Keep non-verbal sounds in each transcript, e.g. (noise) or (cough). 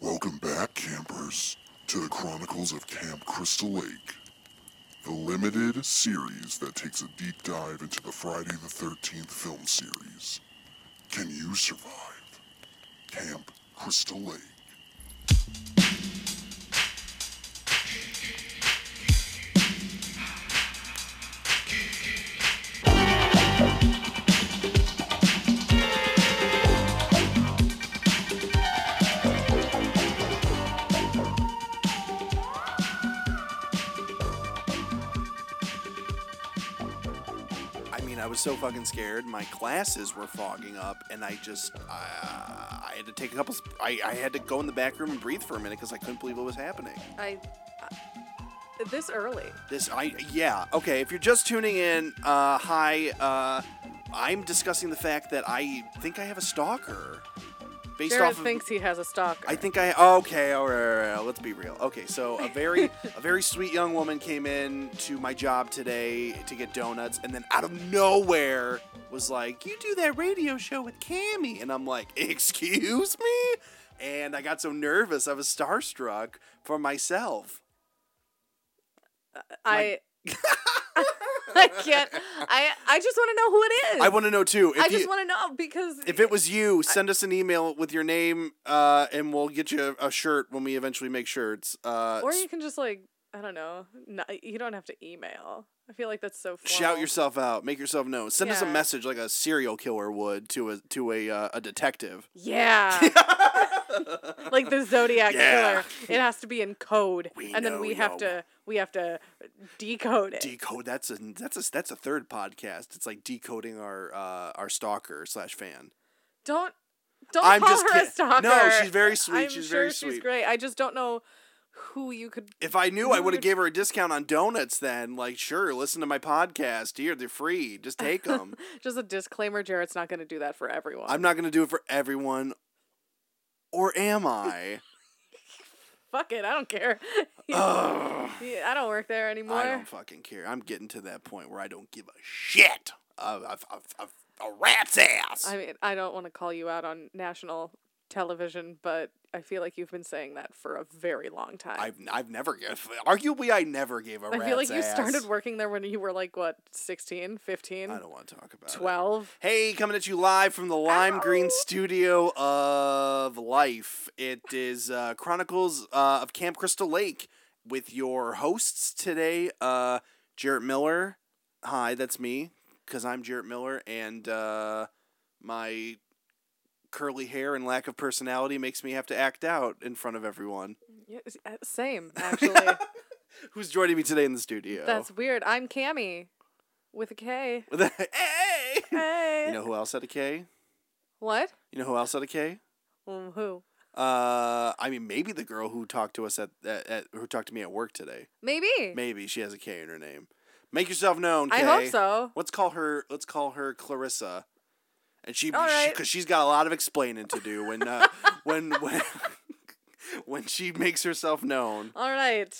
Welcome back, campers, to the Chronicles of Camp Crystal Lake, the limited series that takes a deep dive into the Friday the 13th film series. Can you survive? Camp Crystal Lake. I mean, I was so fucking scared. My glasses were fogging up, and I just, uh, I had to take a couple. sp- I, I had to go in the back room and breathe for a minute because I couldn't believe what was happening. I uh, this early. This, I, yeah, okay. If you're just tuning in, uh, hi, uh, I'm discussing the fact that I think I have a stalker, based Jared off of. thinks he has a stalker. I think I okay. All right, all right, all right, let's be real. Okay, so a very a very sweet young woman came in to my job today to get donuts, and then out of nowhere was like, "You do that radio show with Cammy," and I'm like, "Excuse me," and I got so nervous, I was starstruck for myself. I (laughs) I can't. I I just want to know who it is. I want to know too. If I just you- want to know because if it was you, send us an email with your name, uh, and we'll get you a shirt when we eventually make shirts. Uh, or you can just like I don't know. No, you don't have to email. I feel like that's so. Formal. Shout yourself out. Make yourself known. Send us a Yeah. message like a serial killer would to a to a uh, a detective. Yeah. (laughs) (laughs) like the Zodiac Yeah. killer. It has to be in code, We and know then we have y'all. to we have to decode it. Decode. That's a that's a that's a third podcast. It's like decoding our uh, our stalker slash fan. don't don't I'm call just her a kid- stalker. No, she's very sweet. I'm She's sure very she's sweet. great. I just don't know who you could If I knew, I would have Dude. gave her a discount on donuts. Then, like, sure, listen to my podcast. Here, they're free. Just take (laughs) them. Just a disclaimer, Jarrett's not going to do that for everyone. I'm not gonna do it for everyone. Or am I? Fuck it, I don't care. (laughs) Ugh. Yeah, I don't work there anymore. I don't fucking care. I'm getting to that point where I don't give a shit. Uh, I've, I've, I've, a rat's ass. I mean, I don't want to call you out on national television, but I feel like you've been saying that for a very long time. I've, I've never give. Arguably, I never gave a I rat's feel like you ass. started working there when you were like what, 16, 15, I don't want to talk about it. 12? Hey, coming at you live from the Lime Green Studio of Life. It is uh, Chronicles uh, of Camp Crystal Lake with your hosts today, uh, Jarrett Miller. Hi, that's me, because I'm Jarrett Miller, and uh, my curly hair and lack of personality makes me have to act out in front of everyone. Yeah, s- uh, (laughs) same, actually. Who's joining me today in the studio? That's weird. I'm Cammy with a K. (laughs) hey! Hey. (laughs) You know who else had a K? what? You know who else had a K? Mm, who? Uh, I mean, maybe the girl who talked to us at, at, at who talked to me at work today. Maybe. Maybe she has a K in her name. Make yourself known. I Kay. hope so. Let's call her. Let's call her Clarissa. And she, All because right. she, has got a lot of explaining to do when (laughs) uh, when when when she makes herself known. All right.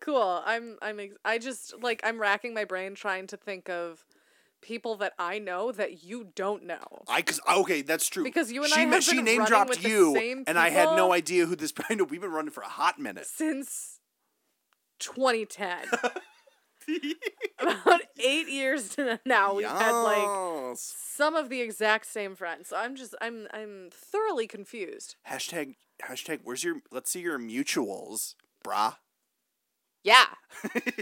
Cool. I'm I'm ex- I just like I'm racking my brain trying to think of people that I know that you don't know. I cause okay, that's true. Because you and she, I ma- have she been name running dropped with the you, same and I had no people. idea who this. (laughs) I know we've been running for a hot minute. Since 2010. (laughs) About 8 years (laughs) now we've had like Yes. some of the exact same friends. So I'm just I'm I'm thoroughly confused. Hashtag hashtag where's your let's see your mutuals, brah. Yeah. okay.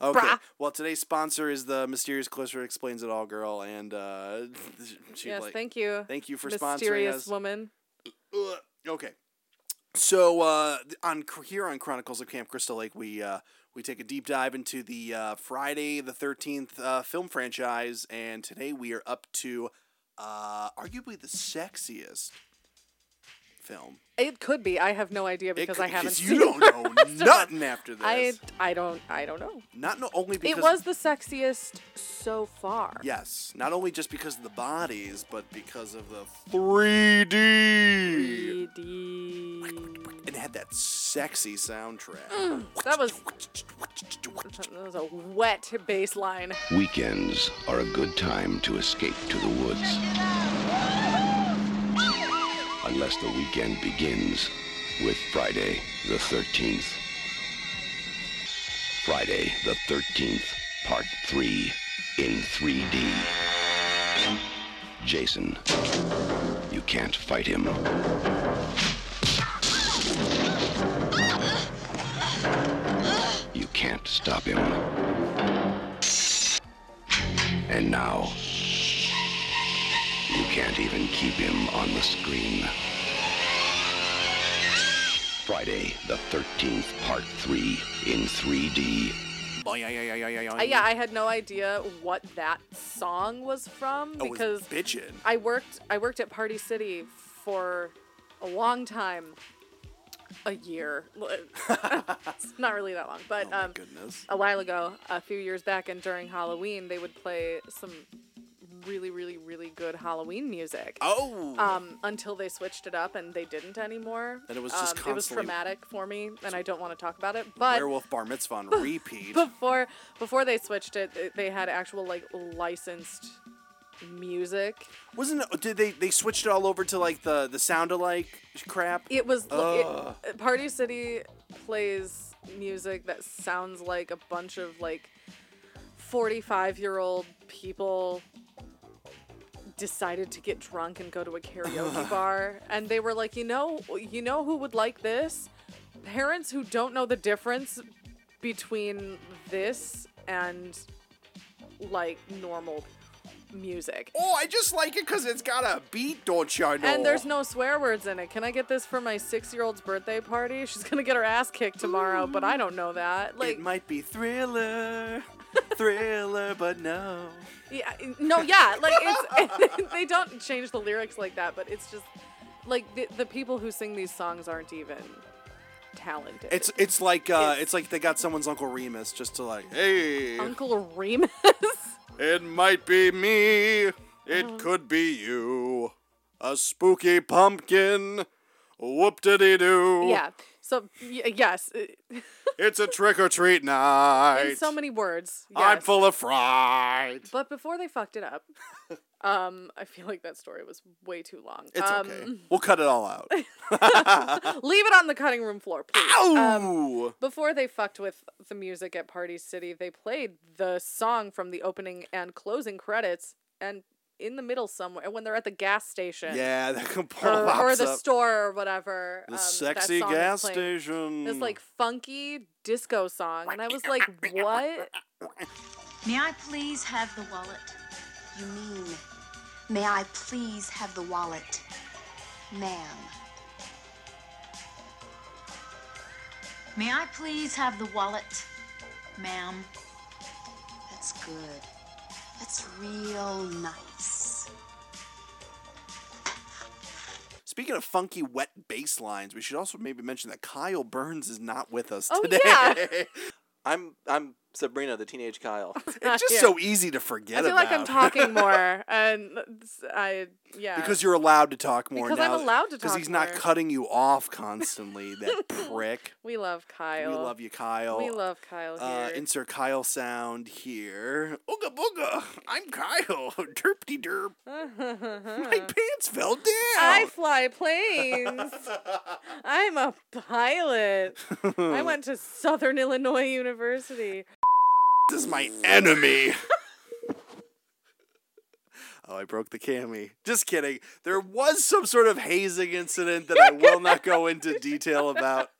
Brah. Well today's sponsor is the Mysterious Clarissa Explains It All Girl and uh (laughs) she yes, like, thank you. thank you for Mysterious sponsoring us. woman. Ugh. Okay. So uh, th- on Cr- here on Chronicles of Camp Crystal Lake, we uh, we take a deep dive into the uh, Friday the Thirteenth uh, film franchise, and today we are up to uh, arguably the sexiest film. It could be. I have no idea because I could- 'cause haven't you seen don't the know (laughs) rest of them. nothing after this. I I don't I don't know. not no, only because it was the sexiest so far. yes, not only just because of the bodies, but because of the 3D. 3D. And it had that sexy soundtrack. That was that was a wet bass line. Weekends are a good time to escape to the woods. Unless the weekend begins with Friday the 13th. Friday the 13th, Part 3 in 3D. Jason. You can't fight him. You can't stop him. And now, you can't even keep him on the screen. Friday, the 13th, part 3 in 3D. I, Uh, yeah, I had no idea what that song was from I Oh, was because bitching. I worked I worked at Party City for a long time. A year. (laughs) It's not really that long, but Oh my um goodness. a while ago, a few years back and during Halloween, they would play some really really really good Halloween music. Oh. Um, until they switched it up and they didn't anymore. Then it was just um, it was constantly- traumatic for me, and I don't want to talk about it. But Werewolf Bar Mitzvah (laughs) on repeat. before before they switched it, it- they had actual like licensed music. Wasn't it- did they they switched it all over to like the the sound alike crap? It was Ugh. it, Party City plays music that sounds like a bunch of like 45 year old people decided to get drunk and go to a karaoke bar and they were like you know you know who would like this parents who don't know the difference between this and like normal music Oh, I just like it because it's got a beat, don't you know? and there's no swear words in it. Can I get this for my six year old's birthday party? She's gonna get her ass kicked tomorrow, but I don't know that. Like, It might be (laughs) thriller, thriller, but no. yeah, no, yeah, like it's (laughs) they don't change the lyrics like that, but it's just like the, the people who sing these songs aren't even talented. It's it's like uh, It's- Oh. it's like they got someone's Uncle Remus just to like, hey, Uncle Remus. (laughs) it might be me, Uh-huh. it could be you, a spooky pumpkin, whoop de dee doo. yeah. So y- yes, (laughs) it's a trick or treat night. in so many words. Yes. I'm full of fright. But before they fucked (laughs) it up, um, I feel like that story was way too long. It's um, okay. We'll cut it all (laughs) out. Leave it on the cutting room floor, please. Ow! Before they fucked with the music at Party City, they played the song from the opening and closing credits, and in the middle somewhere when they're at the gas station, yeah, that (laughs) component (laughs) or, or pops the up. store or whatever. The um, that sexy song is gas playing. station. This like funky disco song, and I was like, "What? May I please have the wallet? You mean, may I please have the wallet, ma'am? May I please have the wallet, ma'am? That's good. That's real nice. Speaking of funky wet bass lines, we should also maybe mention that Kyle Burns is not with us Oh, today. yeah. (laughs) I'm I'm Sabrina, the teenage (laughs) Kyle. it's just so easy to forget I feel about. like (laughs) I'm talking more, and it's- I yeah." because you're allowed to talk more Because I'm now. allowed to Because talk he's not more. cutting you (laughs) off constantly, that prick. we love Kyle. We love you, Kyle. We love Kyle here. Uh, insert Kyle sound here. Ooga booga, I'm Kyle. (laughs) Derpty (laughs) derp. My pants fell down. I (laughs) fly planes. I'm a pilot. I went to Southern Illinois University. This is my enemy. (laughs) oh, I broke the cami. Just kidding. There was some sort of hazing incident that I will not go into detail about.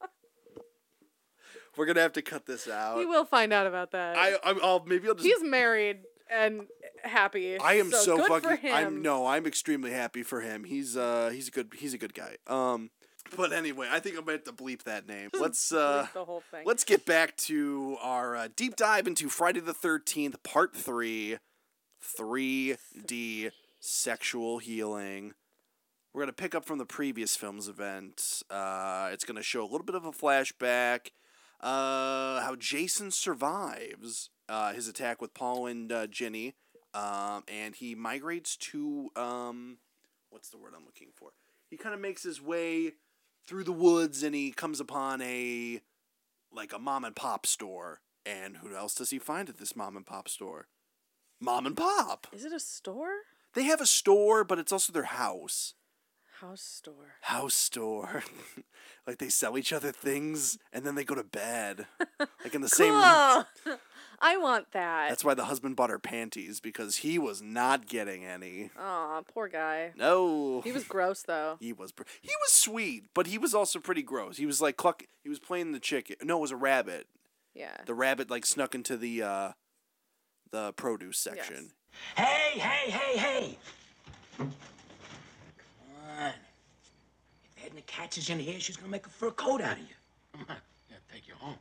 We're gonna have to cut this out. You will find out about that. I, I'm, I'll maybe I'll just. He's married and happy. I am so, good fucking. For him. I'm no. I'm extremely happy for him. He's uh he's a good he's a good guy. Um, but anyway, I think I'm gonna have to bleep that name. Let's uh. Like the whole thing. Let's get back to our uh, deep dive into Friday the 13th, part three 3D sexual healing. We're going to pick up from the previous film's event. Uh, it's going to show a little bit of a flashback uh, how Jason survives uh, his attack with Paul and uh, Jenny, um, and he migrates to um, what's the word I'm looking for? He kind of makes his way through the woods and he comes upon a like a mom and pop store. And who else does he find at this mom and pop store? Mom and pop. Is it a store? They have a store, but it's also their house. House store. house store. (laughs) like they sell each other things and then they go to bed. Like in the same room. Ugh. (laughs) I want that. That's why the husband bought her panties because he was not getting any. Aw, poor guy. No. He (laughs) was gross though. He was pr- he was sweet, but he was also pretty gross. He was like cluck. He was playing the chicken. No, it was a rabbit. Yeah. The rabbit like snuck into the uh, the produce section. Hey, hey, hey, hey! Come on. If Edna catches you in here, she's gonna make a fur coat out of you. (laughs) Come on, yeah, take you home.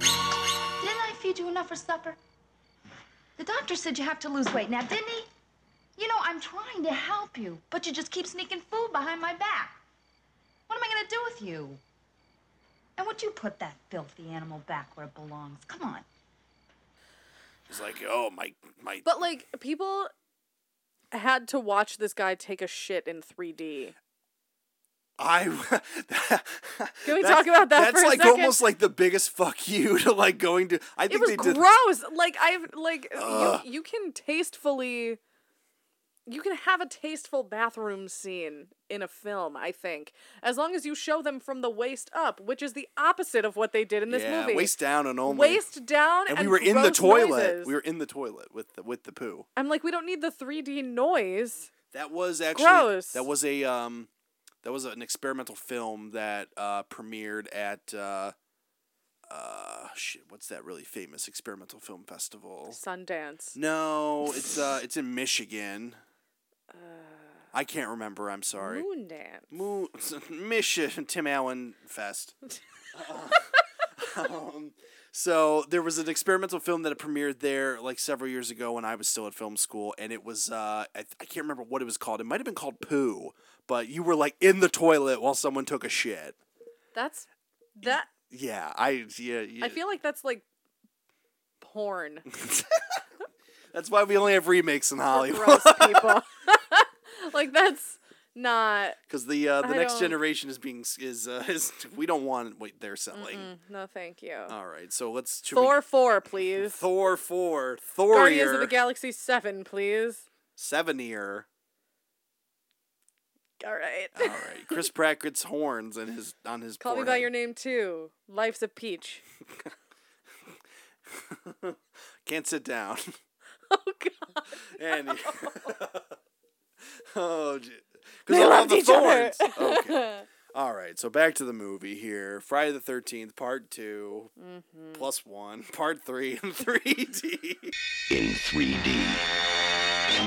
Didn't I feed you enough for supper? The doctor said you have to lose weight now, didn't he? You know, I'm trying to help you, but you just keep sneaking food behind my back. What am I going to do with you? And would you put that filthy animal back where it belongs? Come on. He's like, oh my my. But like people had to watch this guy take a shit in 3D. (laughs) I. Can we talk about that That's for a like second? almost like the biggest fuck you (laughs) to like going to. I It think was they did. gross. Like I've like Ugh. you, you can tastefully you can have a tasteful bathroom scene in a film, I think, as long as you show them from the waist up, which is the opposite of what they did in this yeah, movie. waist down and only. Waist down, and we were in the gross toilet. noises. We were in the toilet with the, with the poo. I'm like, we don't need the 3D noise. That was actually Gross. that was a um that was an experimental film that uh premiered at uh uh shit, what's that really famous experimental film festival? Sundance. No, it's uh it's in Michigan. I can't remember, I'm sorry. Moondance. (laughs) Moo Mission Tim Allen (laughs) Fest. (laughs) um, so there was an experimental film that premiered there like several years ago when I was still at film school, and it was uh, I, I can't remember what it was called. It might have been called Poo, but you were like in the toilet while someone took a shit. That's that. Yeah, I yeah. yeah. I feel like that's like porn. that's why we only have remakes in Hollywood Gross people. (laughs) (laughs) like that's not. because the uh, the I next don't- generation is being s- is uh, (laughs) is we don't want what they're selling. No, thank you. All right, so let's Uh, should we- Thor four, please. Thor four Guardians of Thorier the Galaxy seven, please. Sevenier. All right. All right, Chris Pratt gets horns and his on his. (laughs) Call me by forehead. your name too. Life's a peach. (laughs) Can't sit (laughs) down. (laughs) Oh God. and (laughs) oh, because They loved each other. (laughs) Okay. All right, so back to the movie here. Friday the Thirteenth, Part 2 Mm-hmm. plus one, Part Three, and (laughs) three D. in 3D.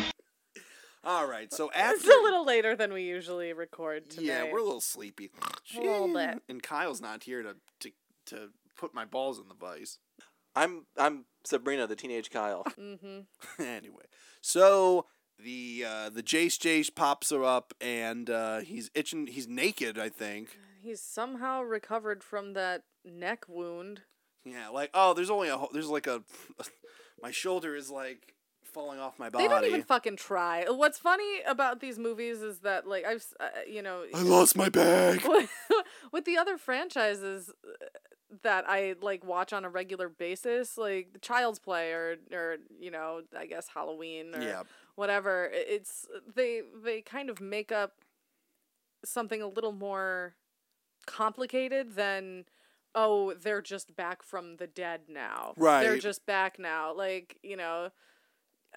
All right, so It's after a little later than we usually record tonight. yeah, we're a little sleepy. A little bit. And Kyle's not here to to to put my balls in the vice. I'm I'm Sabrina, the teenage Kyle. (laughs) Mm-hmm. anyway, so the uh, the Jace Jace pops her up and uh, he's itching. He's naked, I think. He's somehow recovered from that neck wound. Yeah, like oh, there's only a ho- there's like a (laughs) my shoulder is like falling off my body. They don't even fucking try. What's funny about these movies is that, like, I've, s- uh, you know, I lost my bag. (laughs) with the other franchises uh, that I like watch on a regular basis, like the Child's Play or, or you know, I guess Halloween or Yeah. whatever. i- It's they they kind of make up something a little more complicated than oh they're just back from the dead now. They're Right. just back now. Like you know.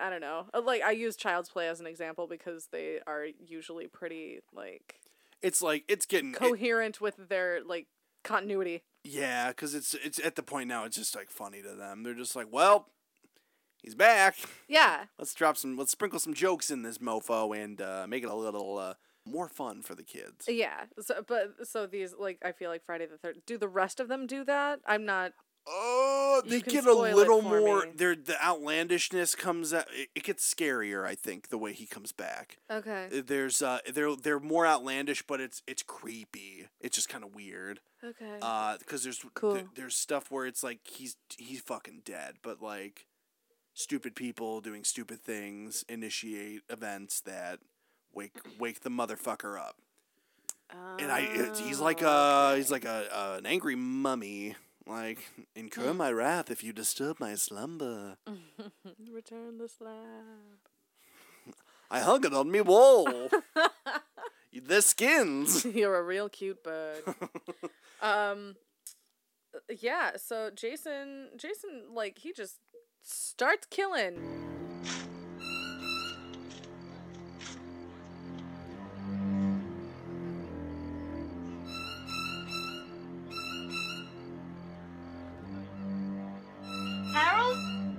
I don't know. Uh, Like I use Child's Play as an example because they are usually pretty like it's like it's getting it, coherent with their like continuity. yeah, because it's it's at the point now. It's just like funny to them. They're just like, well, he's back. Yeah. Let's drop some. Let's sprinkle some jokes in this mofo and uh, make it a little uh, more fun for the kids. Yeah. So, but so these like I feel like Friday the Third. Do the rest of them do that? I'm not. Oh, You they can get a spoil it little for more. me. They're, the outlandishness comes out. It, it gets scarier, I think, the way he comes back. Okay. There's uh, they're they're more outlandish, but it's it's creepy. It's just kind of weird. Okay. Uh, because there's th- Cool. there's stuff where it's like he's he's fucking dead, but like stupid people doing stupid things initiate events that wake wake the motherfucker up. And I it's, he's like a he's like a, a an angry mummy. Like Mm. incur my wrath if you disturb my slumber. Ah, Return the slab. I hung it on me (laughs) wall. the skins. (laughs) You're a real cute bird. (laughs) um, yeah. So Jason, Jason, like he just starts killing. Harold?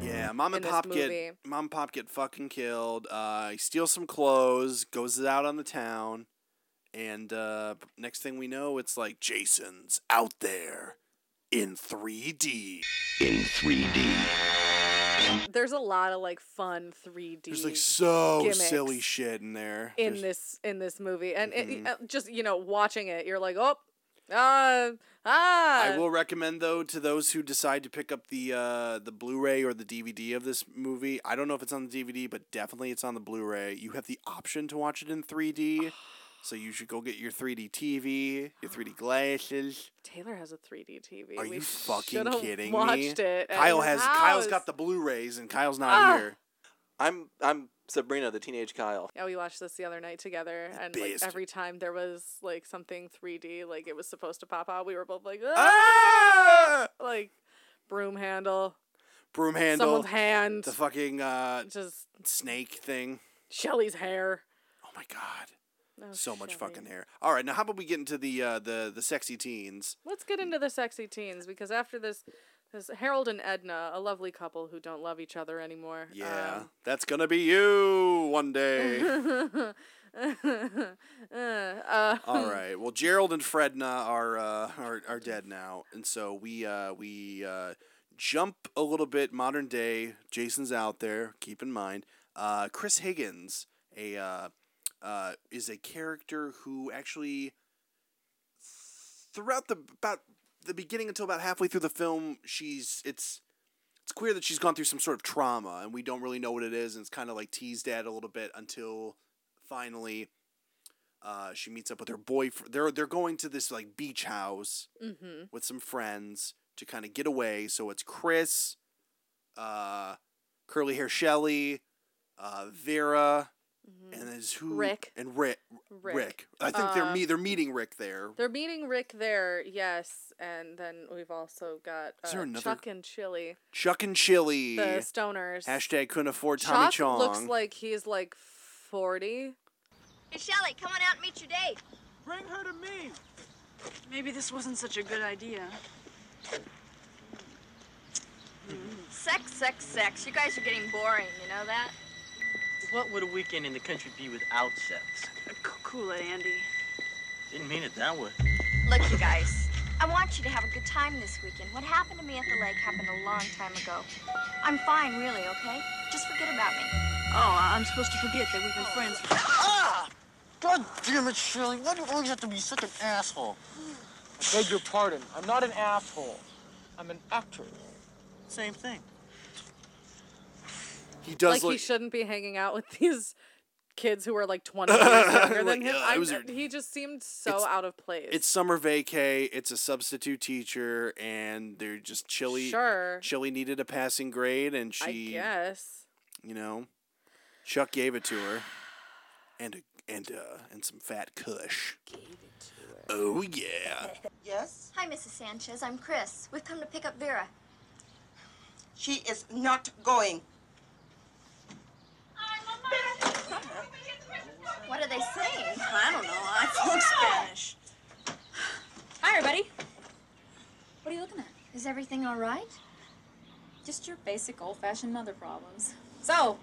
Yeah, mom and in this pop movie. get mom and pop get fucking killed. Uh, he steals some clothes, goes out on the town, and uh, next thing we know, it's like Jason's out there in 3D. in 3D, There's a lot of like fun 3D. There's like so gimmicks silly shit in there. in There's- this in this movie, and it- Mm-hmm. uh, just you know watching it, you're like, oh, ah, ah. I will recommend though to those who decide to pick up the uh, the Blu-ray or the DVD of this movie. I don't know if it's on the DVD, but definitely it's on the Blu-ray. You have the option to watch it in (sighs) 3D, so you should go get your 3D TV, your 3D glasses. Taylor has a 3D TV. Are we (laughs) you fucking should've kidding me? Watched it. at Kyle your has house. Kyle's got the Blu-rays and Kyle's not Ah. here. I'm I'm Sabrina, the teenage Kyle. Yeah, we watched this the other night together, and best. like every time there was like something 3D, like it was supposed to pop out, we were both like, ah! Ah! like broom handle, Broom handle, someone's hand, the fucking uh, just snake thing. Shelly's hair. Oh my god. Oh, So much Shelley. fucking hair. All right, now how about we get into the uh, the the sexy teens? Let's get into the sexy teens because after this, this Harold and Edna, a lovely couple who don't love each other anymore. Yeah, um, that's gonna be you one day. (laughs) uh, All right. Well, Gerald and Fredna are uh, are are dead now, and so we uh, we uh, jump a little bit modern day. Jason's out there. Keep in mind, uh, Chris Higgins, a uh, uh, is a character who actually throughout the about the beginning until about halfway through the film, she's it's it's clear that she's gone through some sort of trauma, and we don't really know what it is, and it's kind of like teased at a little bit until finally uh, she meets up with her boyfriend. They're they're going to this like beach house Mm-hmm. with some friends to kind of get away. So it's Chris, uh, curly hair Shelly, uh, Vera, and is who Mm-hmm. Rick. and Rick. Rick. Rick. Uh, I think they're me. They're meeting Rick there. They're meeting Rick there, yes, and then we've also got Is there uh, another- Chuck and Chili, Chuck and Chili. the stoners. Hashtag couldn't afford Tommy Chuck Chong. looks like he's like forty. Hey, Shelly, come on out and meet your date. Bring her to me. Maybe this wasn't such a good idea. Sex, sex, sex. You guys are getting boring, you know that? What would a weekend in the country be without sex? C- cool it, Andy. Didn't mean it that way. Look, you guys, I want you to have a good time this weekend. What happened to me at the lake happened a long time ago. I'm fine, really, okay? Just forget about me. Oh, I- I'm supposed to forget that we've been friends. for- Ah! God damn it, Shirley. Why do you always have to be such an asshole? I beg your pardon. I'm not an asshole. I'm an actor. Same thing. he does like look. he shouldn't be hanging out with (laughs) these kids who (laughs) are like twenty years younger Like, than him. yeah, I I was- he just seemed so It's- out of place. it's summer vacay. It's a substitute teacher, and they're just chilly. sure, Chili needed a passing grade, and I she, guess. you know, Chuck gave it to her. and a, and uh, and some fat Kush. Oh yeah. Yes? Hi, Mrs. Sanchez. I'm Chris. We've come to pick up Vera. She is not going. What are they saying? I don't know. I spoke Spanish. Hi, everybody. What are you looking at? Is everything all right? Just your basic old fashioned mother problems. So,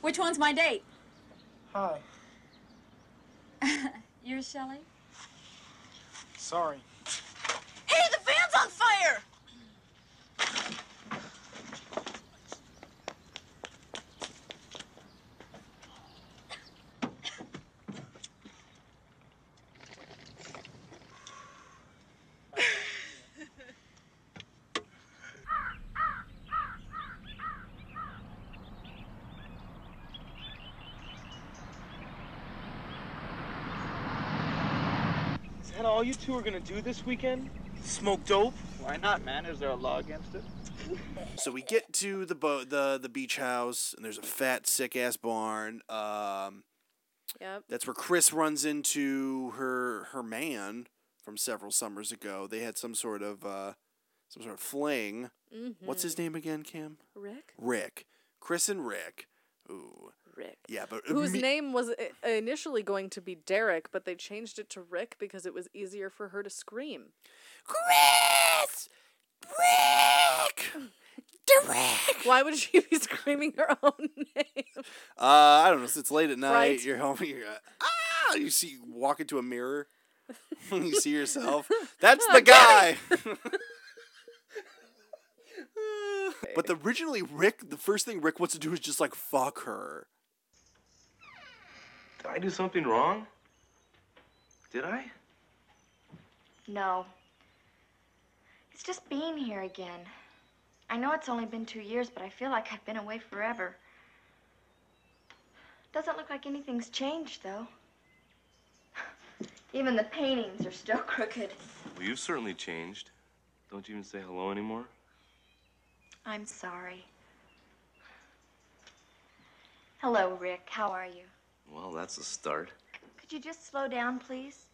which one's my date? Hi. Yours, Shelley? Sorry. Hey, the van's on fire! Is that all you two are gonna do this weekend? Smoke dope? Why not, man? Is there a law against it? So we get to the boat, the the beach house, and there's a fat, sick ass barn. Um, Yep. that's where Chris runs into her her man from several summers ago. They had some sort of uh, some sort of fling. What's his name again, Cam? Rick? Rick. Chris and Rick. Ooh. Rick. Yeah, but Whose imme- name was i- initially going to be Derek, but they changed it to Rick because it was easier for her to scream. Chris! Rick! Derek! (laughs) Why would she be screaming her (laughs) own name? Uh, I don't know. It's late at night. Right. You're home. (laughs) You're uh, ah. You see, you walk into a mirror. (laughs) you see yourself. That's the guy. (laughs) (laughs) but the, originally, Rick. The first thing Rick wants to do is just like fuck her. Did I do something wrong? Did I? No. It's just being here again. I know it's only been two years, but I feel like I've been away forever. Doesn't look like anything's changed, though. (laughs) Even the paintings are still (laughs) crooked. Well, you've certainly changed. Don't you even say hello anymore? I'm sorry. Hello, Rick. How are you? Well, that's a start. Could you just slow down, please?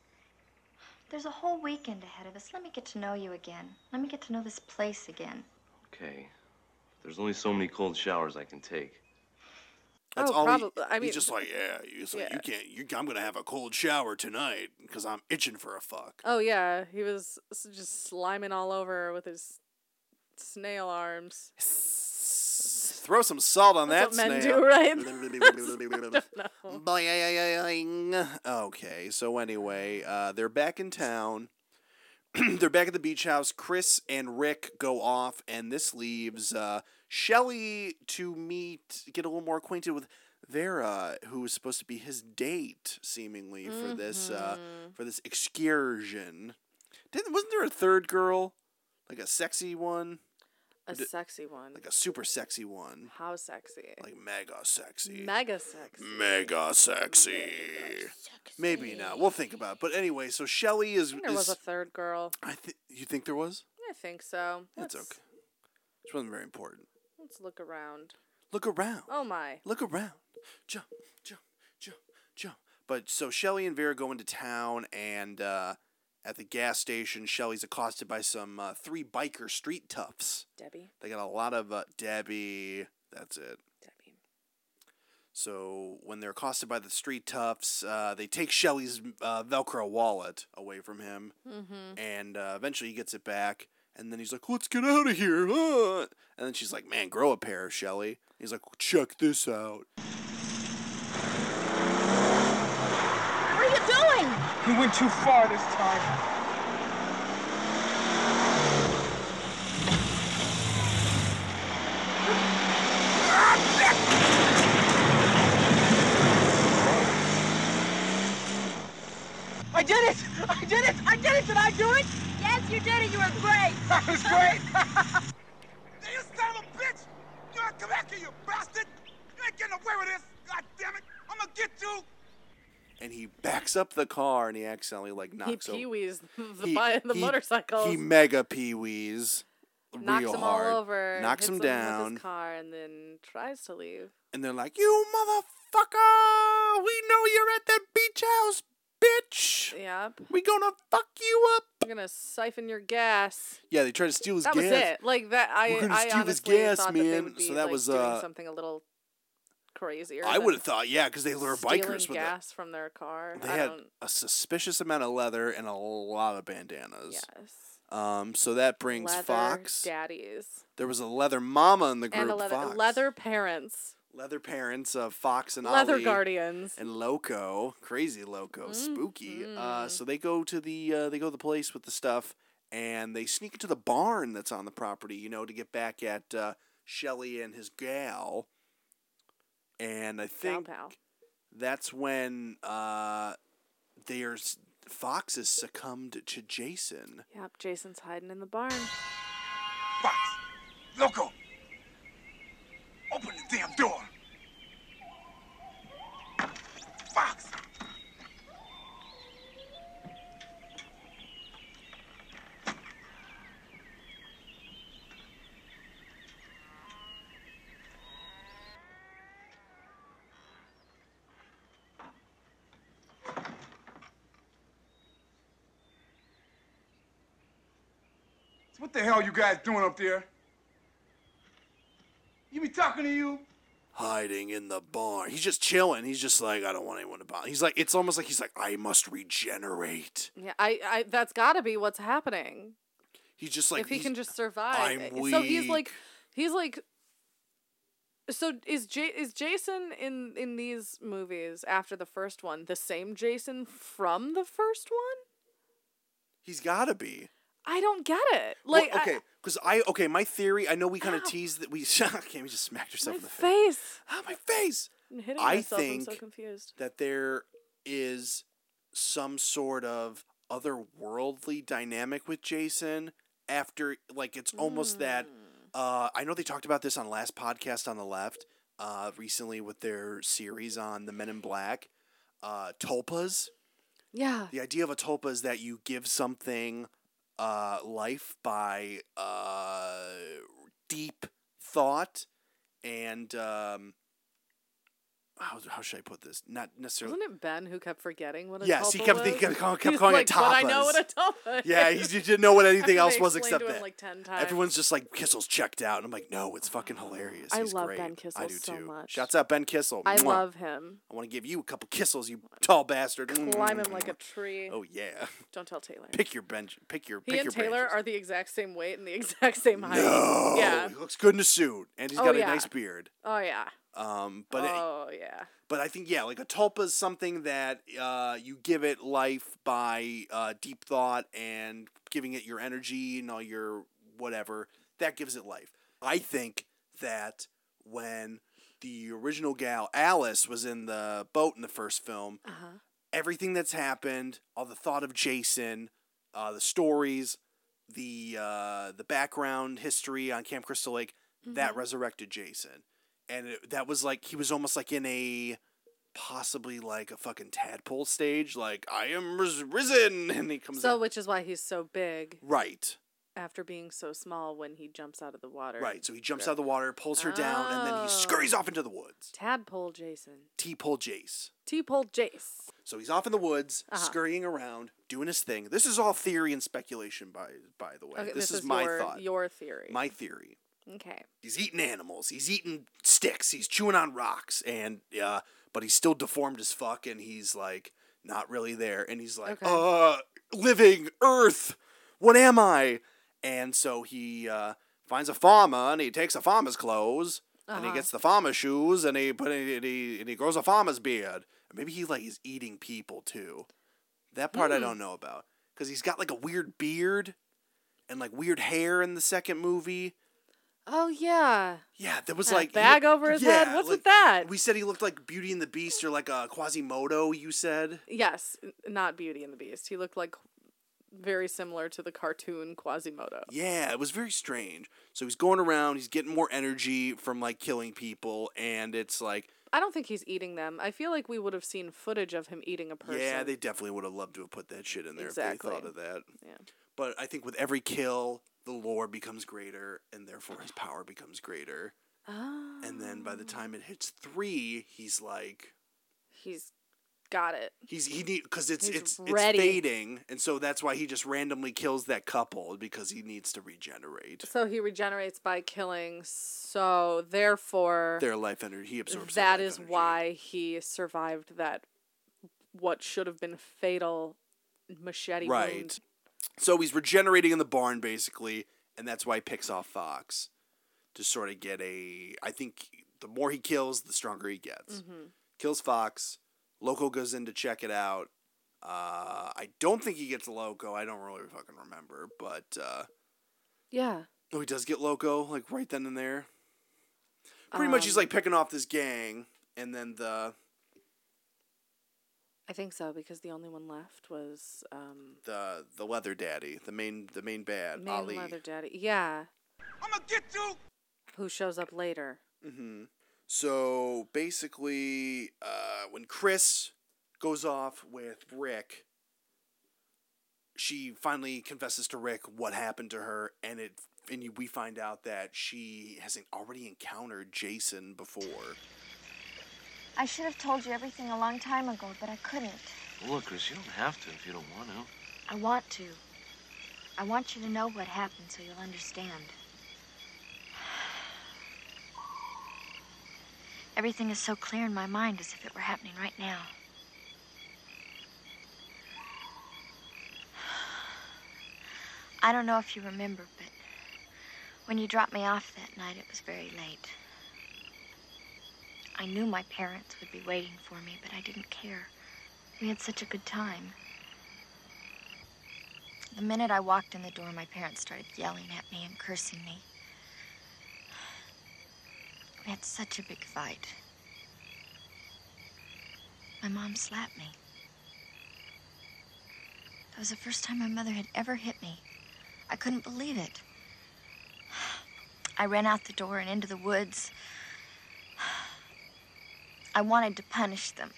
There's a whole weekend ahead of us. Let me get to know you again. Let me get to know this place again. Okay. There's only so many cold showers I can take. That's Oh, all. he- probably- I mean- he's just like yeah. He's like Yeah. you can't. You, I'm gonna have a cold shower tonight because I'm itching for a fuck. Oh yeah, he was s- just sliming all over with his snail arms. Throw some salt on That's that what men snail. do, right? (laughs) Boing. okay, so anyway, uh, they're back in town. (clears throat) they're back at the beach house. Chris and Rick go off, and this leaves uh, Shelly to meet, get a little more acquainted with Vera, who is supposed to be his date, seemingly for this uh, for this excursion. Didn't wasn't there a third girl, like a sexy one, A D- sexy one. like a super sexy one, How sexy? like mm, mega sexy? Mega sexy. mega sexy. Maybe not. We'll think about it. But anyway, so Shelly is. I think there was is a third girl. I thi- you think there was? I think so. That's Let's- okay. Which wasn't very important. Let's look around. Look around. Oh my. Look around. Jump, jump, jump, jump. But so Shelly and Vera go into town, and uh, at the gas station, Shelly's accosted by some uh, three biker street toughs. Debbie. They got a lot of uh, Debbie. That's it. Debbie. So when they're accosted by the street toughs, uh, they take Shelly's uh, Velcro wallet away from him, Mhm. and uh, eventually he gets it back. And then he's like, "Let's get out of here!" ah." And then she's like, "Man, grow a pair, Shelly." He's like, "Check this out." What are you doing? You went too far this time. I did it! I did it! I did it! Did I do it? Yes, you did it. You were great. I was (laughs) great. Hey, you son of a bitch! You know, come back here, you bastard! You ain't getting away with this! God damn it! I'm gonna get you! And he backs up the car, and he accidentally like He knocks. o- pee-wees the, he- bi- the he- motorcycles. He mega peewees. knocks real him hard, all over. Knocks hits him with his down. car and then tries to leave. and they're like, "You motherfucker! We know you're at that beach house, bitch. Yep. We gonna fuck you up." I'm gonna siphon your gas. Yeah, they tried to steal his that gas. was it. Like that. I We're gonna I steal his honestly gas, thought that they man. would be So that like, was, doing uh, something a little crazier. I than would have thought, yeah, because they lure stealing bikers with it. gas from their car. They I had don't. a suspicious amount of leather and a lot of bandanas. Yes. Um, so that brings leather Fox. daddies There was a leather mama in the group. and a leather Fox. leather parents. leather parents of Fox and Leather Ali guardians. and Loco, crazy Loco, spooky. Mm-hmm. Uh, so they go to the uh, they go to the place with the stuff, and they sneak into the barn that's on the property, you know, to get back at uh, Shelly and his gal. And I think pal. that's when uh, there's Fox has succumbed to Jason. Yep, Jason's hiding in the barn. Loco! Open the damn door! Fox! So what the hell you guys doing up there? You be talking to you? Hiding in the barn. He's just chilling. He's just like, I don't want anyone to bother. He's like, it's almost like he's like, I must regenerate. Yeah, I, I that's gotta be what's happening. He's just like, if he he's- can just survive. I'm it. So he's like, he's like. So is J- is Jason in in these movies after the first one the same Jason from the first one? he's gotta be. I don't get it. Well, Like okay, because I okay, my theory. I know we kind of teased that we. (laughs) Can't we just smacked I, yourself my in the face? face. Oh, my face. I'm hitting I myself. I'm so think confused. That there is some sort of otherworldly dynamic with Jason. After like it's almost that. Uh, I know they talked about this on last podcast on the left. Uh, recently with their series on the Men in Black, uh, Tulpas. Yeah. The idea of a tulpa is that you give something uh, life by uh, deep thought and um, how, how should I put this? Not necessarily. Wasn't it Ben who kept forgetting what a Yes, he tulpa kept was? thinking- kept- kept He's calling like, it "But I know tapas." what a tulpa is. Yeah, he's- he didn't know what anything After else they was except explained to him that. like ten times. Everyone's just like Kissel's checked out, and I'm like, no, it's fucking hilarious. I He's love great. Ben I Kissel do so too. much. Shouts out Ben Kissel. I Mwah. love him. I want to give you a couple kissels, you tall bastard. Climb him like a Mm. tree. Oh yeah. (laughs) Don't tell Taylor. Pick your bench. Pick your. He pick and your Taylor branches. are the exact same weight and the (laughs) exact same height. No. Yeah. He looks good in a suit, and he's Oh, got a yeah. nice beard. Oh yeah. Um, but it- oh yeah. but I think yeah, like a tulpa is something that uh, you give it life by uh, deep thought and giving it your energy and all your whatever that gives it life. I think that when the original gal Alice was in the boat in the first film, Uh-huh. everything that's happened, all the thought of Jason, uh, the stories, the uh, the background history on Camp Crystal Lake, that Mhm. resurrected Jason, and it, that was like he was almost like in a possibly like a fucking tadpole stage, like I am ris- risen, (laughs) and he comes So out. which is why he's so big right, after being so small when he jumps out of the water. right. So he jumps out of the water, pulls her down, and then he scurries off into the woods. Tadpole Jason. T pole Jace. T pole Jace. So he's off in the woods, Uh-huh. scurrying around, doing his thing. This is all theory and speculation, by by the way. Okay, this, is, my your, thought, Your theory. my theory. okay. He's eating animals. He's eating sticks. He's chewing on rocks, and uh, but he's still deformed as fuck, and he's like not really there. And he's like, Okay. uh, living Earth. What am I? And so he uh, finds a farmer, and he takes a farmer's clothes, and he Uh-huh. gets the farmer's shoes, and he put and he and he grows a farmer's beard. And maybe he like is eating people too. That part I Hmm. don't know about because he's got like a weird beard and like weird hair in the second movie. Oh yeah. Yeah, that was And a like he bag look- over his head? What's with that? We said he looked like Beauty and the Beast or like a Quasimodo. You said Yes, n- not Beauty and the Beast. He looked like very similar to the cartoon Quasimodo. yeah, it was very strange. So he's going around, he's getting more energy from like killing people, and it's like I don't think he's eating them. I feel like we would have seen footage of him eating a person. yeah, they definitely would have loved to have put that shit in there Exactly. if they thought of that. Yeah. But I think with every kill, the lore becomes greater, and therefore his power becomes greater. Oh. And then by the time it hits three, he's like He's got it. he's he need because it's He's it's ready. it's fading, and so that's why he just randomly kills that couple because he needs to regenerate So he regenerates by killing. So therefore, their life energy. He absorbs that is why he survived that. What should have been fatal machete right. wound. So he's regenerating in the barn basically, and that's why he picks off Fox to sort of get a. I think the more he kills, the stronger he gets. Mm-hmm. Mhm. Kills Fox. Loco goes in to check it out. Uh, I don't think he gets Loco. I don't really fucking remember, but uh, Yeah. oh, he does get Loco like right then and there. Pretty much, he's Um, like picking off this gang, and then the I think so because the only one left was um, the the leather daddy, the main the main bad main Ali. leather daddy. Yeah. Who shows up later? Mm-hmm. So basically, uh, when Chris goes off with Rick, she finally confesses to Rick what happened to her, and it and you- we find out that she hasn't already encountered Jason before. I should have told you everything a long time ago, but I couldn't. Look, Chris, you don't have to if you don't want to. I want to. I want you to know what happened so you'll understand. (sighs) Everything is so clear in my mind as if it were happening right now. (sighs) I don't know if you remember, but when you dropped me off that night, it was very late. I knew my parents would be waiting for me, but I didn't care. We had such a good time. The minute I walked in the door, my parents started yelling at me and cursing me. We had such a big fight. My mom slapped me. That was the first time my mother had ever hit me. I couldn't believe it. (sighs) I ran out the door and into the woods. I wanted to punish them.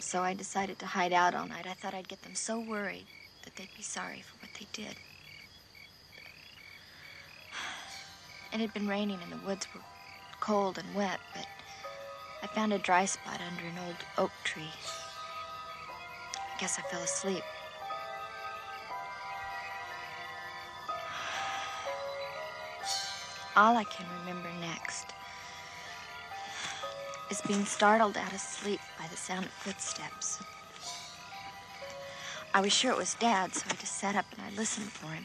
So I decided to hide out all night. I thought I'd get them so worried that they'd be sorry for what they did. It had been raining and the woods were cold and wet, but I found a dry spot under an old oak tree. I guess I fell asleep. All I can remember next is being startled out of sleep by the sound of footsteps. I was sure it was Dad, so I just sat up and I listened for him.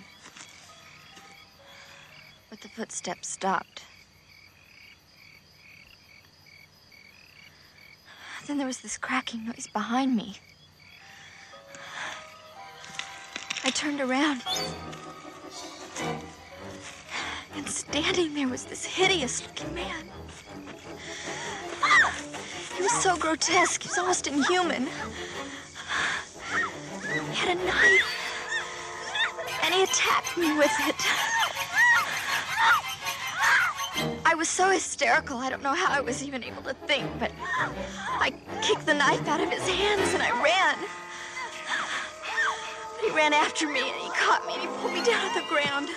But the footsteps stopped. Then there was this cracking noise behind me. I turned around. And standing there was this hideous looking man. He was so grotesque, he was almost inhuman. He had a knife, and he attacked me with it. I was so hysterical, I don't know how I was even able to think, but I kicked the knife out of his hands and I ran. But he ran after me and he caught me and he pulled me down to the ground.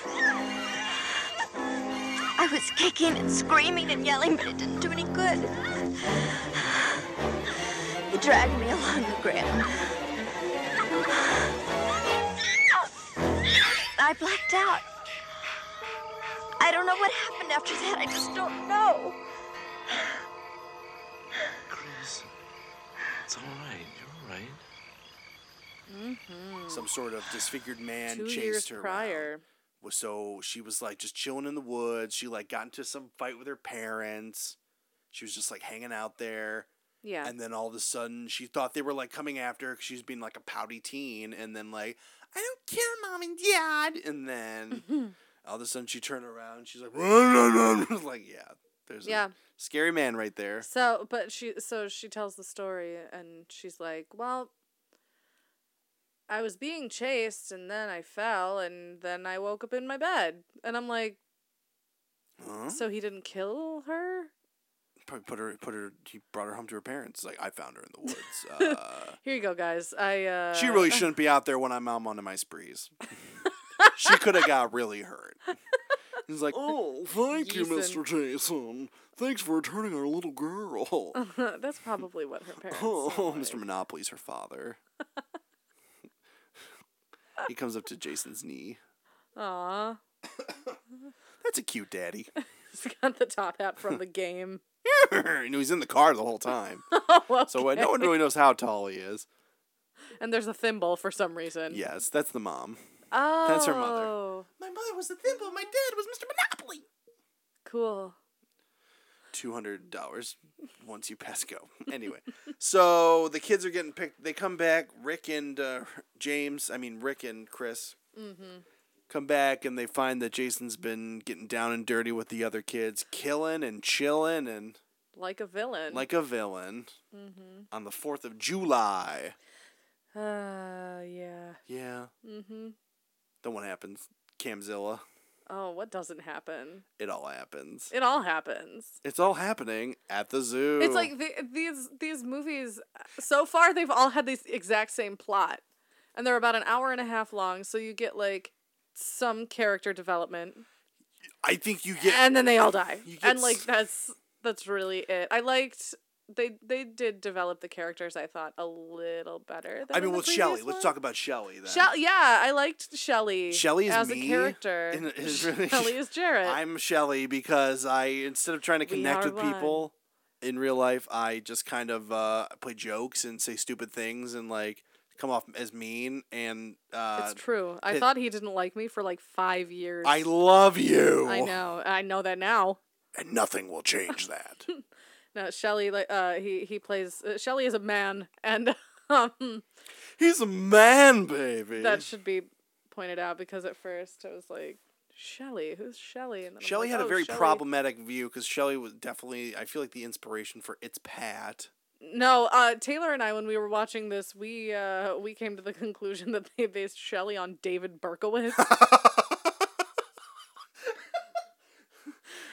I was kicking and screaming and yelling, but it didn't do any good. He dragged me along the ground. I blacked out. I don't know what happened after that. I just don't know. Chris, it's all right. You're all right. Mm-hmm. Some sort of disfigured man Two chased years her. around. prior. was so she was like just chilling in the woods. She like got into some fight with her parents. She was just like hanging out there. Yeah. And then all of a sudden she thought they were like coming after her 'cause she was being like a pouty teen. And then like, I don't care, mom and dad. And Mm-hmm. then all of a sudden she turned around. And she's like, (laughs) like yeah, there's Yeah. a scary man right there. So, but she so she tells the story and she's like, "Well, I was being chased and then I fell and then I woke up in my bed." And I'm like, Huh? "So he didn't kill her? Probably put her, put her, he brought her home to her parents. Like I found her in the (laughs) woods. Uh, Here you go, guys. I uh (laughs) she really shouldn't be out there when I'm on one of my sprees. she could have got really hurt. He's like, Oh, thank you, Mr. Jason." Jason. Thanks for returning our little (laughs) girl. Oh, That's probably what her parents. (laughs) Oh, Mr. Monopoly's her (laughs) father. he comes up to Jason's knee. Aw. (laughs) That's a cute daddy. (laughs) He's got the top hat from the game. you know, he's in the car the whole (laughs) time. So uh, no one okay. really knows how tall he is. And there's a thimble for some reason. Yes, that's the mom. Oh. That's her mother. My mother was a thimble. My dad was Mr. Monopoly. Cool. two hundred dollars once you pass go. (laughs) Anyway, so the kids are getting picked. They come back. Rick and uh, James, I mean Rick and Chris, Mm-hmm. come back and they find that Jason's been getting down and dirty with the other kids, killing and chilling and Like a villain. like a villain Mm-hmm. on the fourth of July. Uh, yeah. Yeah, Mm-hmm. then what happens? Camzilla. Oh, what doesn't happen? It all happens. It all happens. It's all happening at the zoo. It's like the, these these movies so far they've all had this exact same plot, and they're about an hour and a half long. So you get like some character development, I think you get, and then they all die, You get and like that's that's really it. I liked they they did develop the characters I thought a little better. Than I mean, in the with Shelley, previous let's one. talk about Shelley then. Shell, yeah, I liked Shelley. Shelly is as me, a character. (laughs) (laughs) and it is really- Shelley is Jared. I'm Shelly because I instead of trying to We connect are with people in real life, I just kind of uh, play jokes and say stupid things and like come off as mean and uh, it's true. I it- thought he didn't like me for like five years. I love you. I know. I know that now. And nothing will change (laughs) that. No, Shelley. like, Uh, he he plays. Uh, Shelley is a man, and (laughs) um, He's a man, baby. that should be pointed out because at first I was like, Shelley, who's Shelley? And then I'm Shelley like, had a "Oh, very Shelley." problematic view because Shelley was definitely, I feel like, the inspiration for It's Pat. No, uh, Taylor and I, when we were watching this, we uh, we came to the (laughs) conclusion that they based Shelley on David (laughs) Berkowitz.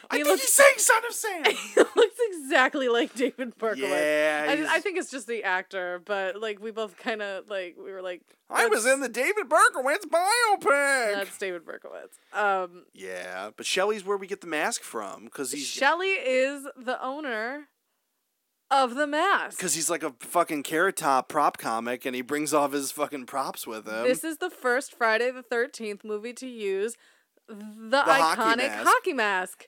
I think he's saying Son of Sam. (laughs) he looks exactly like David Berkowitz. Yeah, he's- I, I think it's just the actor, but like we both kind of like we were like, I was "That's- in the David Berkowitz biopic. That's David Berkowitz. Um, Yeah, but Shelley's where we get the mask from because he's Shelley is the owner of the mask. because he's like a fucking carrot top prop comic, and he brings off his fucking props with him. this is the first Friday the 13th movie to use the, hockey iconic mask. hockey mask.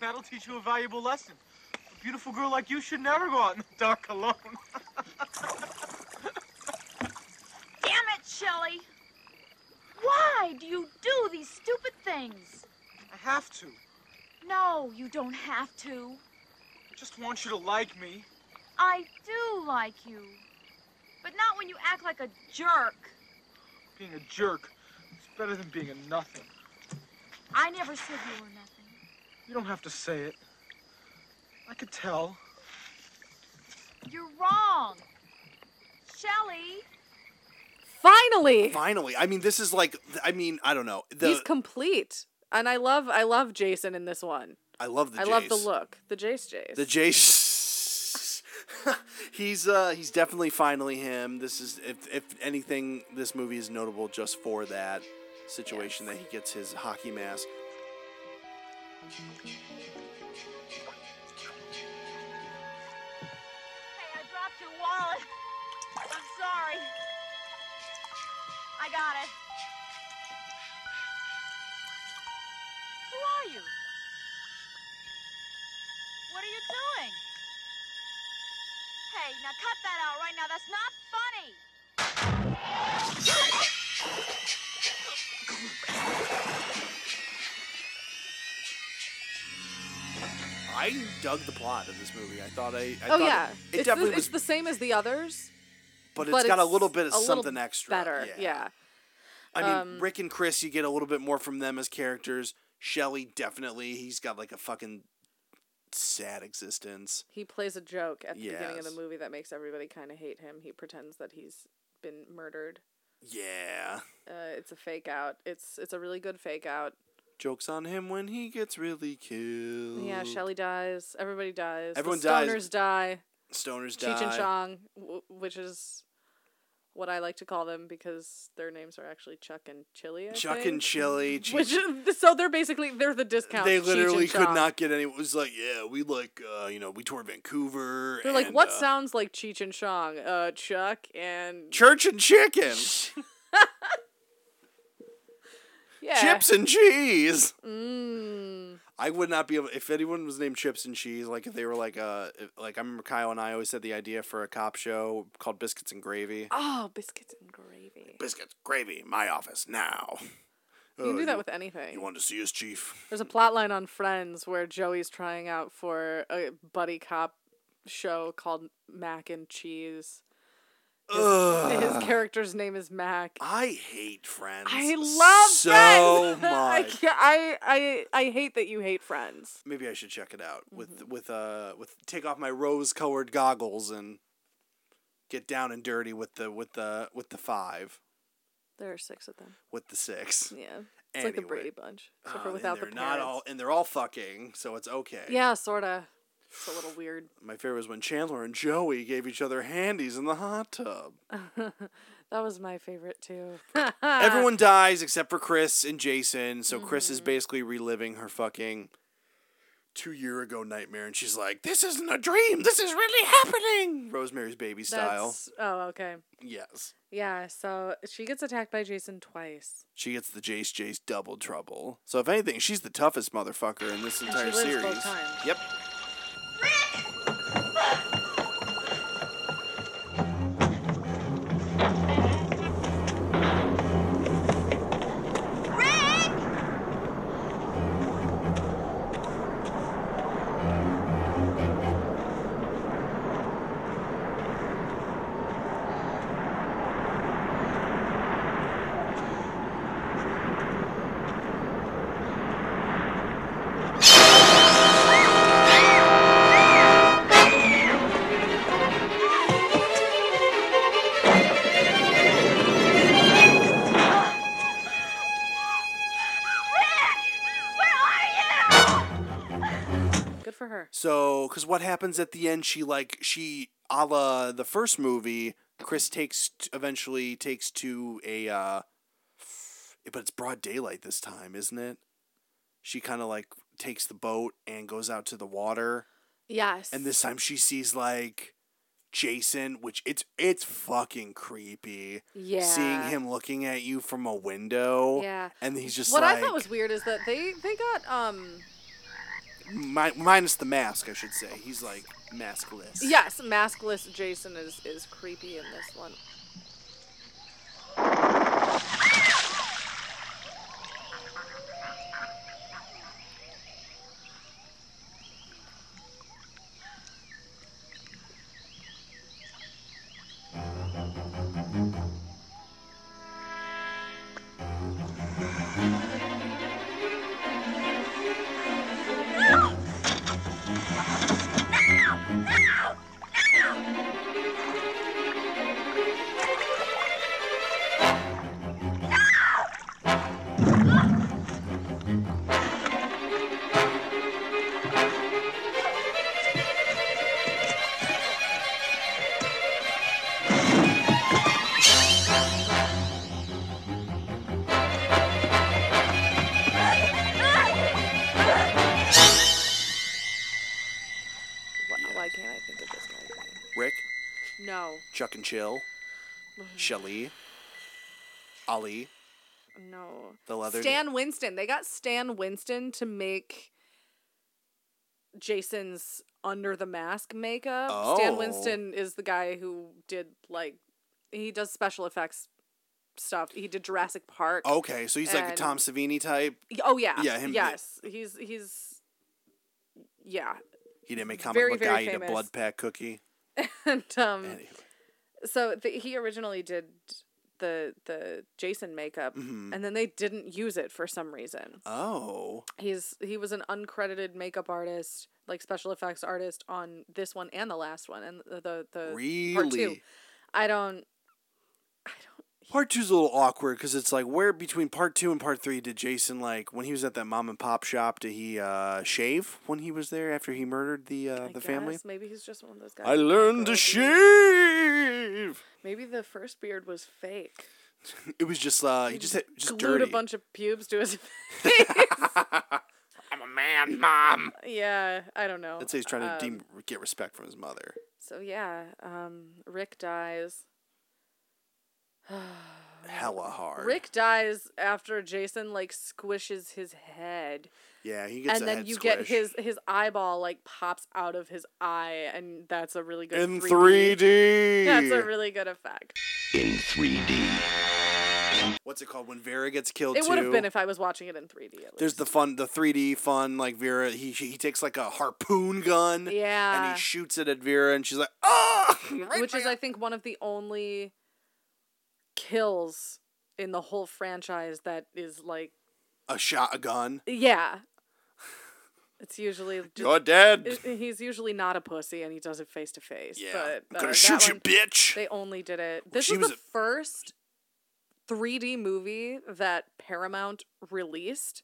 That'll teach you a valuable lesson. A beautiful girl like you should never go out in the (laughs) dark alone. Damn it, Shelley! Why do you do these stupid things? I have to. No, you don't have to. I just want you to like me. I do like you. But not when you act like a jerk. Being a jerk is better than being a nothing. I never said you were nothing. You don't have to say it. I could tell. You're wrong. Shelley, Finally, Finally, I mean, this is like, I mean, I don't know. The, he's complete, and I love I love Jason in this one. I love the. I love the Jace. look, the Jace Jace. The Jace. (laughs) he's uh he's definitely finally him. This is if if anything, this movie is notable just for that situation that he gets his hockey mask. hey, I dropped your wallet. I'm sorry. I got it. Who are you? What are you doing? Hey, now cut that out right now. That's not funny. I dug the plot of this movie. I thought I, I oh thought yeah, it, it it's, definitely the, was it's the same as the others, but but it's got a it's little bit of a little something extra. better. Yeah. Yeah. I mean, Um, Rick and Chris, you get a little bit more from them as characters. Shelly definitely he's got like a fucking sad existence. He plays a joke at the beginning of the Yes. movie that makes everybody kind of hate him. He pretends that he's been murdered. Yeah. Uh, it's a fake out. It's it's a really good fake out. Jokes on him when he gets really killed. Yeah, Shelley dies. Everybody dies. Mm. The Everyone dies. stoners die. Stoners die. Cheech and Chong, w- which is what I like to call them because their names are actually Chuck and Chili. I Chuck think. and Chili. Cheech- Which is, so they're basically they're the discount. they Cheech and literally could Chong. not get any. It was like, yeah, we like, uh, you know, we toured Vancouver. They're like, and, what uh, sounds like Cheech and Chong? Uh, Chuck and Church and (laughs) chicken, yeah. chips and cheese. Mmm. I would not be able if anyone was named Chips and Cheese. Like if they were like, uh, if- like I remember Kyle and I always had the idea for a cop show called Biscuits and Gravy. Oh, biscuits and gravy. Biscuits, gravy, my office now. You can Uh, do that with anything. You want to see us, Chief? There's a plot line on Friends where Joey's trying out for a buddy cop show called Mac and Cheese. His, his Ugh. character's name is Mac. I hate Friends. I love so Friends. (laughs) I, much. can't, I I I hate that you hate Friends. Maybe I should check it out with Mm-hmm. with uh with take off my rose colored goggles and get down and dirty with the with the with the five There are six of them. with the six. Yeah, it's like the Anyway. Brady Bunch, except for Um, and without the they're not parents. all and they're all fucking, so it's okay. Yeah, sorta. It's a little weird. My favorite was when Chandler and Joey gave each other handies in the hot tub. that was my favorite too. Ah. Everyone dies except for Chris and Jason. So Chris Mm-hmm. is basically reliving her fucking two year ago nightmare, and she's like, "This isn't a dream. This is really happening." Rosemary's Baby style. That's- Oh, okay. Yes, Yeah, so she gets attacked by Jason twice. she gets the Jace Jace double trouble. So if anything, she's the toughest motherfucker in this And she entire lives both series. times. Yep. Good for her. So, because what happens at the end? She like she a la the first movie. Chris takes t- eventually takes to a, uh, but it's broad daylight this time, isn't it? She kind of like takes the boat and goes out to the water, Yes. and this time she sees like Jason, which it's it's fucking creepy. seeing Yeah. him looking at you from a window. Yeah. and he's just what like I thought was weird is that they they got um mi- minus the mask, I should say. He's like maskless. yes maskless Jason is is creepy in this one. Why, why can't I think of this guy's name? Rick, No, Chuck and Chill, Mm-hmm. Shelly, Ali, no. the leather. Stan Winston. They got Stan Winston to make Jason's under the mask makeup. Stan Oh. Winston is the guy who did like he does special effects stuff. He did Jurassic Park. Okay, so he's like a and- Tom Savini type. Oh yeah. Yeah, him- Yes, he's he's yeah, (laughs) He didn't make comic Very, book very guy eat a famous. Mm. blood pack cookie. and um, so the, he originally did the the Jason makeup, Mhm. and then they didn't use it for some reason. Oh. He's he was an uncredited makeup artist, like special effects artist on this one and the last one, and the the, the part two. Really? I don't. Part two's a little awkward because it's like where between part two and part three did Jason like when he was at that mom and pop shop did he uh, shave when he was there after he murdered the uh, I the family? guess. Maybe he's just one of those guys. I who can't learned grow to a shave. Maybe the first beard was fake. It was just uh, he just had, just Glued dirty. a bunch of pubes to his. (laughs) (laughs) I'm a man, mom. yeah, I don't know. Let's say he's trying to Um, deem, get respect from his mother. So yeah, um, Rick dies. Hella hard. uh, Rick dies after Jason like squishes his head, Yeah, he gets and a then head you squish. get his his eyeball like pops out of his eye, and that's a really good In 3D. That's a really good effect. in 3D. What's it called when Vera gets killed? It would have too? been if I was watching it in three D. There's the fun, the 3D fun, like Vera. He he takes like a harpoon gun. Yeah. And he shoots it at Vera, and she's like, "Oh, (laughs) which is I think one of the only kills in the whole franchise that is like a shotgun." (laughs) yeah. It's usually You're dead. it- He's usually not a pussy, and he does it face to face. Yeah. but, I'm gonna Uh, that shoot you, one, bitch. They only did it. This she was, was the first 3D movie that Paramount released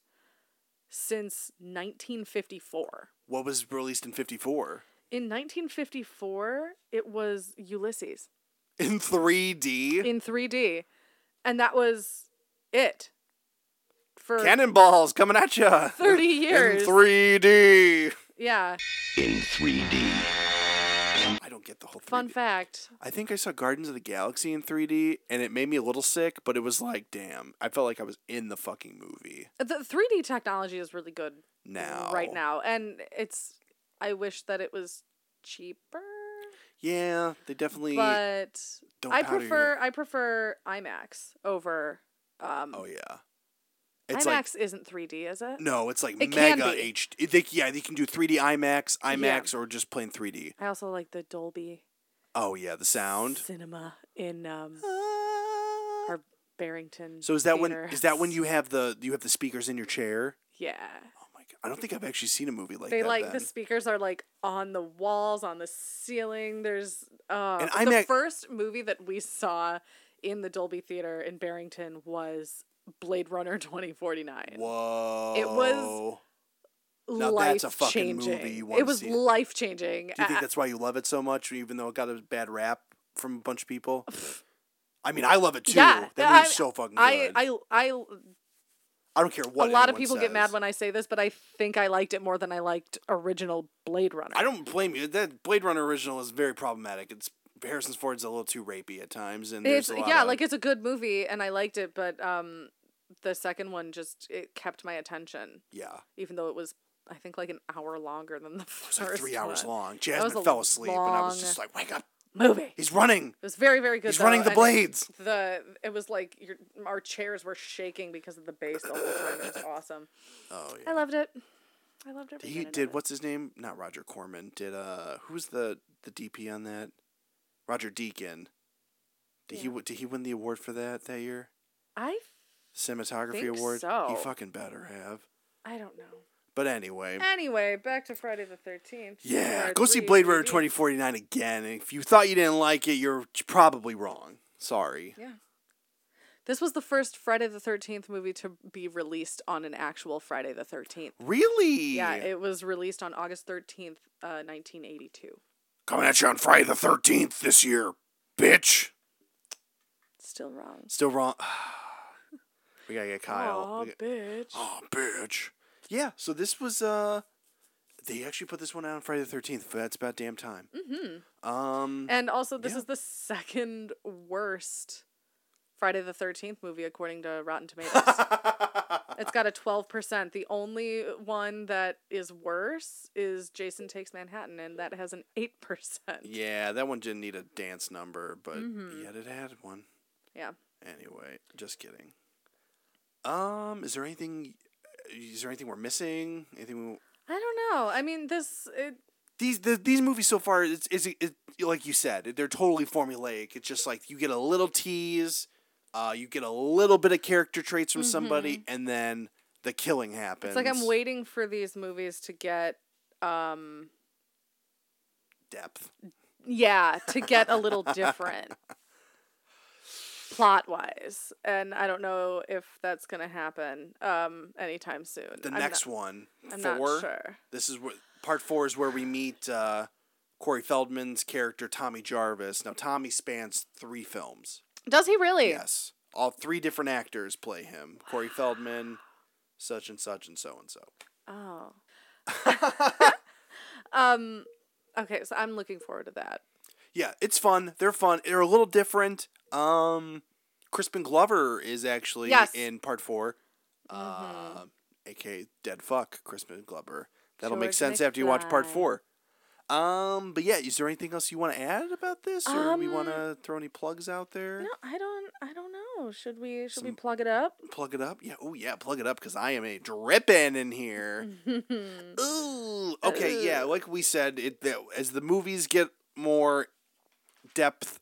since 1954. What was released in '54 In 1954, it was Ulysses. in 3D? (laughs) in 3D, and that was it for Cannonballs coming at you. 30 years. in (laughs) 3D. Yeah, In 3D. I don't get the whole. fun fact. I think I saw Gardens of the Galaxy in 3D, and it made me a little sick. But it was like, damn, I felt like I was in the fucking movie. The 3D technology is really good Now, right now, and it's. I wish that it was cheaper, Yeah, they definitely. but Don't I powder your- prefer I prefer IMAX over. Um, oh yeah, it's like IMAX isn't 3D, is it? No, it's like It can mega be. H. it- They, yeah, they can do 3D IMAX, IMAX, or just plain 3D. I also like the Dolby Oh yeah, the sound. Ah. cinema in um, our Barrington. So is that when theater. is that when you have the you have the speakers in your chair? (laughs) Oh Yeah. I don't think I've actually seen a movie like they that. like the then. speakers are like on the walls, on the ceiling. There's uh, And the IMAX first movie that we saw in the Dolby Theater in Barrington was Blade Runner (laughs) 2049. Whoa! It was Now that's a fucking movie you Life-changing. wanna It was see it. life changing. Do you think that's why you love it so much, even though it got a bad rap from a bunch of (sighs) people? I mean, I love it too. that movie's I- so fucking good. I, I, I, I, don't care what. a lot of anyone people says. get mad when I say this, but I think I liked it more than I liked original Blade Runner. I don't blame you. That Blade Runner original is very problematic. It's Harrison Ford's a little too rapey at times, and there's it's a lot yeah of- like it's a good movie and i liked it but um the second one just it kept my attention Yeah. even though it was i think like an hour longer than the (laughs) It's first like three hours one. long. That was Jasmine a fell asleep, and I was long just like, "Wake up!" movie He's running. it was very very good He's running though, the and blades. the it was like your our chairs were shaking because of the bass the whole time (coughs) it was awesome Oh yeah. i loved it i loved every He minute of did what's his name? Not Roger Corman. Did uh who's the the DP on that? Roger Deacon. Did he Yeah. w- did he win the award for that that year? it. i Cinematography Think award. He so. fucking better have. i don't know But anyway, anyway back to friday the 13th yeah, Part go see three, Blade Runner 3D. twenty forty nine again. And if you thought you didn't like it, you're probably wrong. Sorry. Yeah. This was the first Friday the 13th movie to be released on an actual Friday the 13th. Really? Yeah, it was released on August 13th, uh, 1982. Coming at you on Friday the thirteenth this year, bitch. Still wrong. Still wrong. (sighs) we gotta get Kyle. Oh, Aw, We got- bitch. Aw, bitch. Yeah, so this was uh they actually put this one out on Friday the thirteenth, but that's about damn time. hmm Um And also, this is the second worst Friday the 13th movie, according to (laughs) Rotten Tomatoes. it's got a 12%. The only one that is worse is Jason Takes Manhattan, and that has an 8%. Yeah, that one didn't need a dance number, but Mhm. yet it had one. Yeah. Anyway, just kidding. Um, is there anything is there anything we're missing? Anything we I don't know. I mean, this it, these the, these movies so far it's is it, like you said they're totally formulaic. It's just like you get a little tease, Uh, you get a little bit of character traits from somebody, and then the killing happens. Mm-hmm. It's like I'm waiting for these movies to get um depth. yeah, to get a little (laughs) different plot wise. And I don't know if that's gonna happen um anytime soon. The I'm next not- one, I'm not four. sure. This is where part four is where we meet uh, Corey Feldman's character Tommy Jarvis. Now Tommy spans three films. Does he really? Yes, all three different actors play him: Corey Feldman, such and such, and so and so. (laughs) Oh. (laughs) um okay, so I'm looking forward to that. Yeah, it's fun. They're fun. They're a little different. Um, Crispin Glover is actually Yes. Mm-hmm. in part 4 uh, aka Dead Fuck Crispin Glover. That'll make George sense after you watch part McFly. four. Um, but yeah, is there anything else you want to add about this, or we want to Um, throw any plugs out there? No, I don't I don't know. Should we should we Some- plug it up? Plug it up, yeah. Oh yeah, plug it up because I am a dripping in here. Ooh, okay, yeah. Like we said, it the- as the movies get more depth,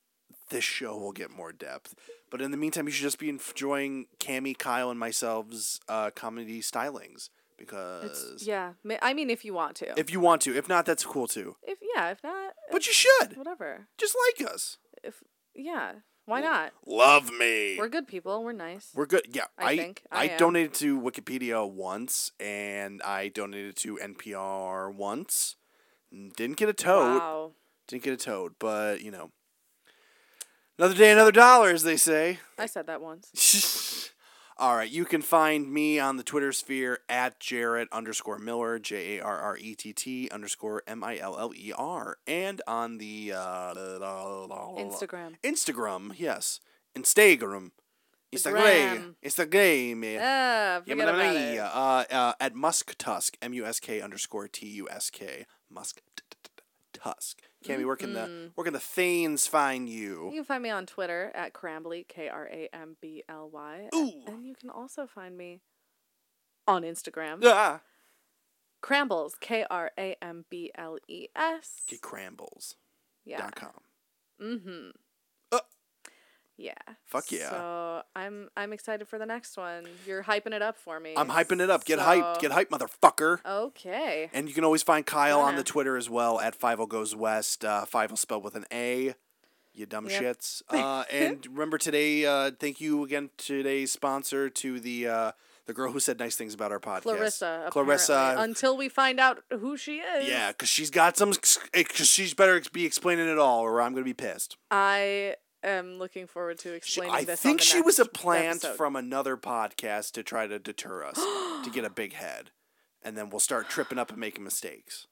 this show will get more depth. But in the meantime, you should just be enjoying Cammy, Kyle, and myself's uh, comedy stylings because It's, yeah. ma- I mean if you want to. if you want to, if not, that's cool too. If yeah, if not, But you should. Whatever. Just like us. If yeah, why not? Love me. We're good people. We're nice. We're good. Yeah, I I I, think I am. donated to Wikipedia once, and I donated to NPR once. Didn't get a toad. Wow. Didn't get a toad, but you know, another day, another dollar, as they say. (laughs) I said that once. All right, you can find me on the Twitter sphere at Jarrett underscore Miller, J A R R E T T underscore M I L L E R, and on the uh, Instagram. Instagram, yes. Instagram. Instagram. Gram. Instagram. Ah, forget about it. Yeah, uh, uh, at Musk Tusk, M U S K underscore T U S K. Musk t- t- t- Tusk. Cammy, where can the Mhm. where can the thanes find you? You can find me on Twitter at Crambly, K R A M B L Y. And you can also find me on Instagram. Ah. Crambles, K R A M B L E S. Get crambles. Yeah. Dot com. Mm hmm. Yeah. Uh. Fuck yeah. So I'm I'm excited for the next one. You're hyping it up for me. I'm hyping it up. Get so- hyped. Get hyped, motherfucker. Okay. And you can always find Kyle on Yeah. the Twitter as well at Five O Goes West. Uh, Five O spelled with an A. You dumb Yep. (laughs) shits. Uh, and remember today. Uh, thank you again today's sponsor to the uh, the girl who said nice things about our podcast, Clarissa. Clarissa. apparently, Until we find out who she is. yeah, because she's got some. Because she's better be explaining it all, or I'm gonna be pissed. I am looking forward to explaining I this. on think the she was a next plant episode. from another podcast to try to deter us to get a (gasps) big head, and then we'll start tripping up and making mistakes.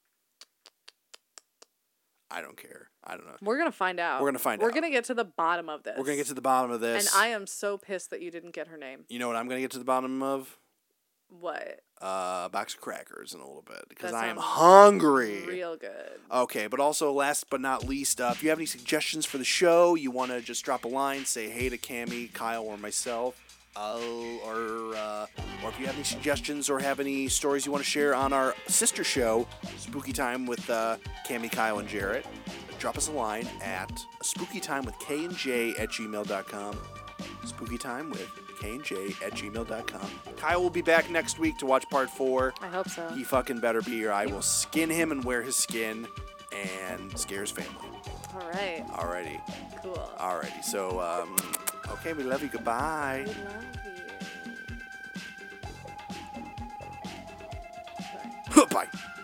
I don't care. I don't know. We're gonna find out. We're gonna find We're out. gonna get to the bottom of this. We're gonna get to the bottom of this. And I am so pissed that you didn't get her name. you know what I'm gonna get to the bottom of? What? Uh, a box of crackers in a little bit because That I am sounds hungry. Real good. Okay, but also last but not least, uh, if you have any suggestions for the show, you want to just drop a line, say hey to Cammy, Kyle, or myself, uh, or uh, or if you have any suggestions or have any stories you want to share on our sister show, Spooky Time with uh, Cammy, Kyle, and Jarrett, drop us a line at Spooky Time with K and J at gmail.com. Spooky Time with K and J at gmail.com. Kyle will be back next week to watch part four. I hope so. He fucking better be, or I will skin him and wear his skin and scare his family. All right. Alrighty. Cool. Alrighty. So, um, okay, we love you. Goodbye. (laughs) We love you. Bye.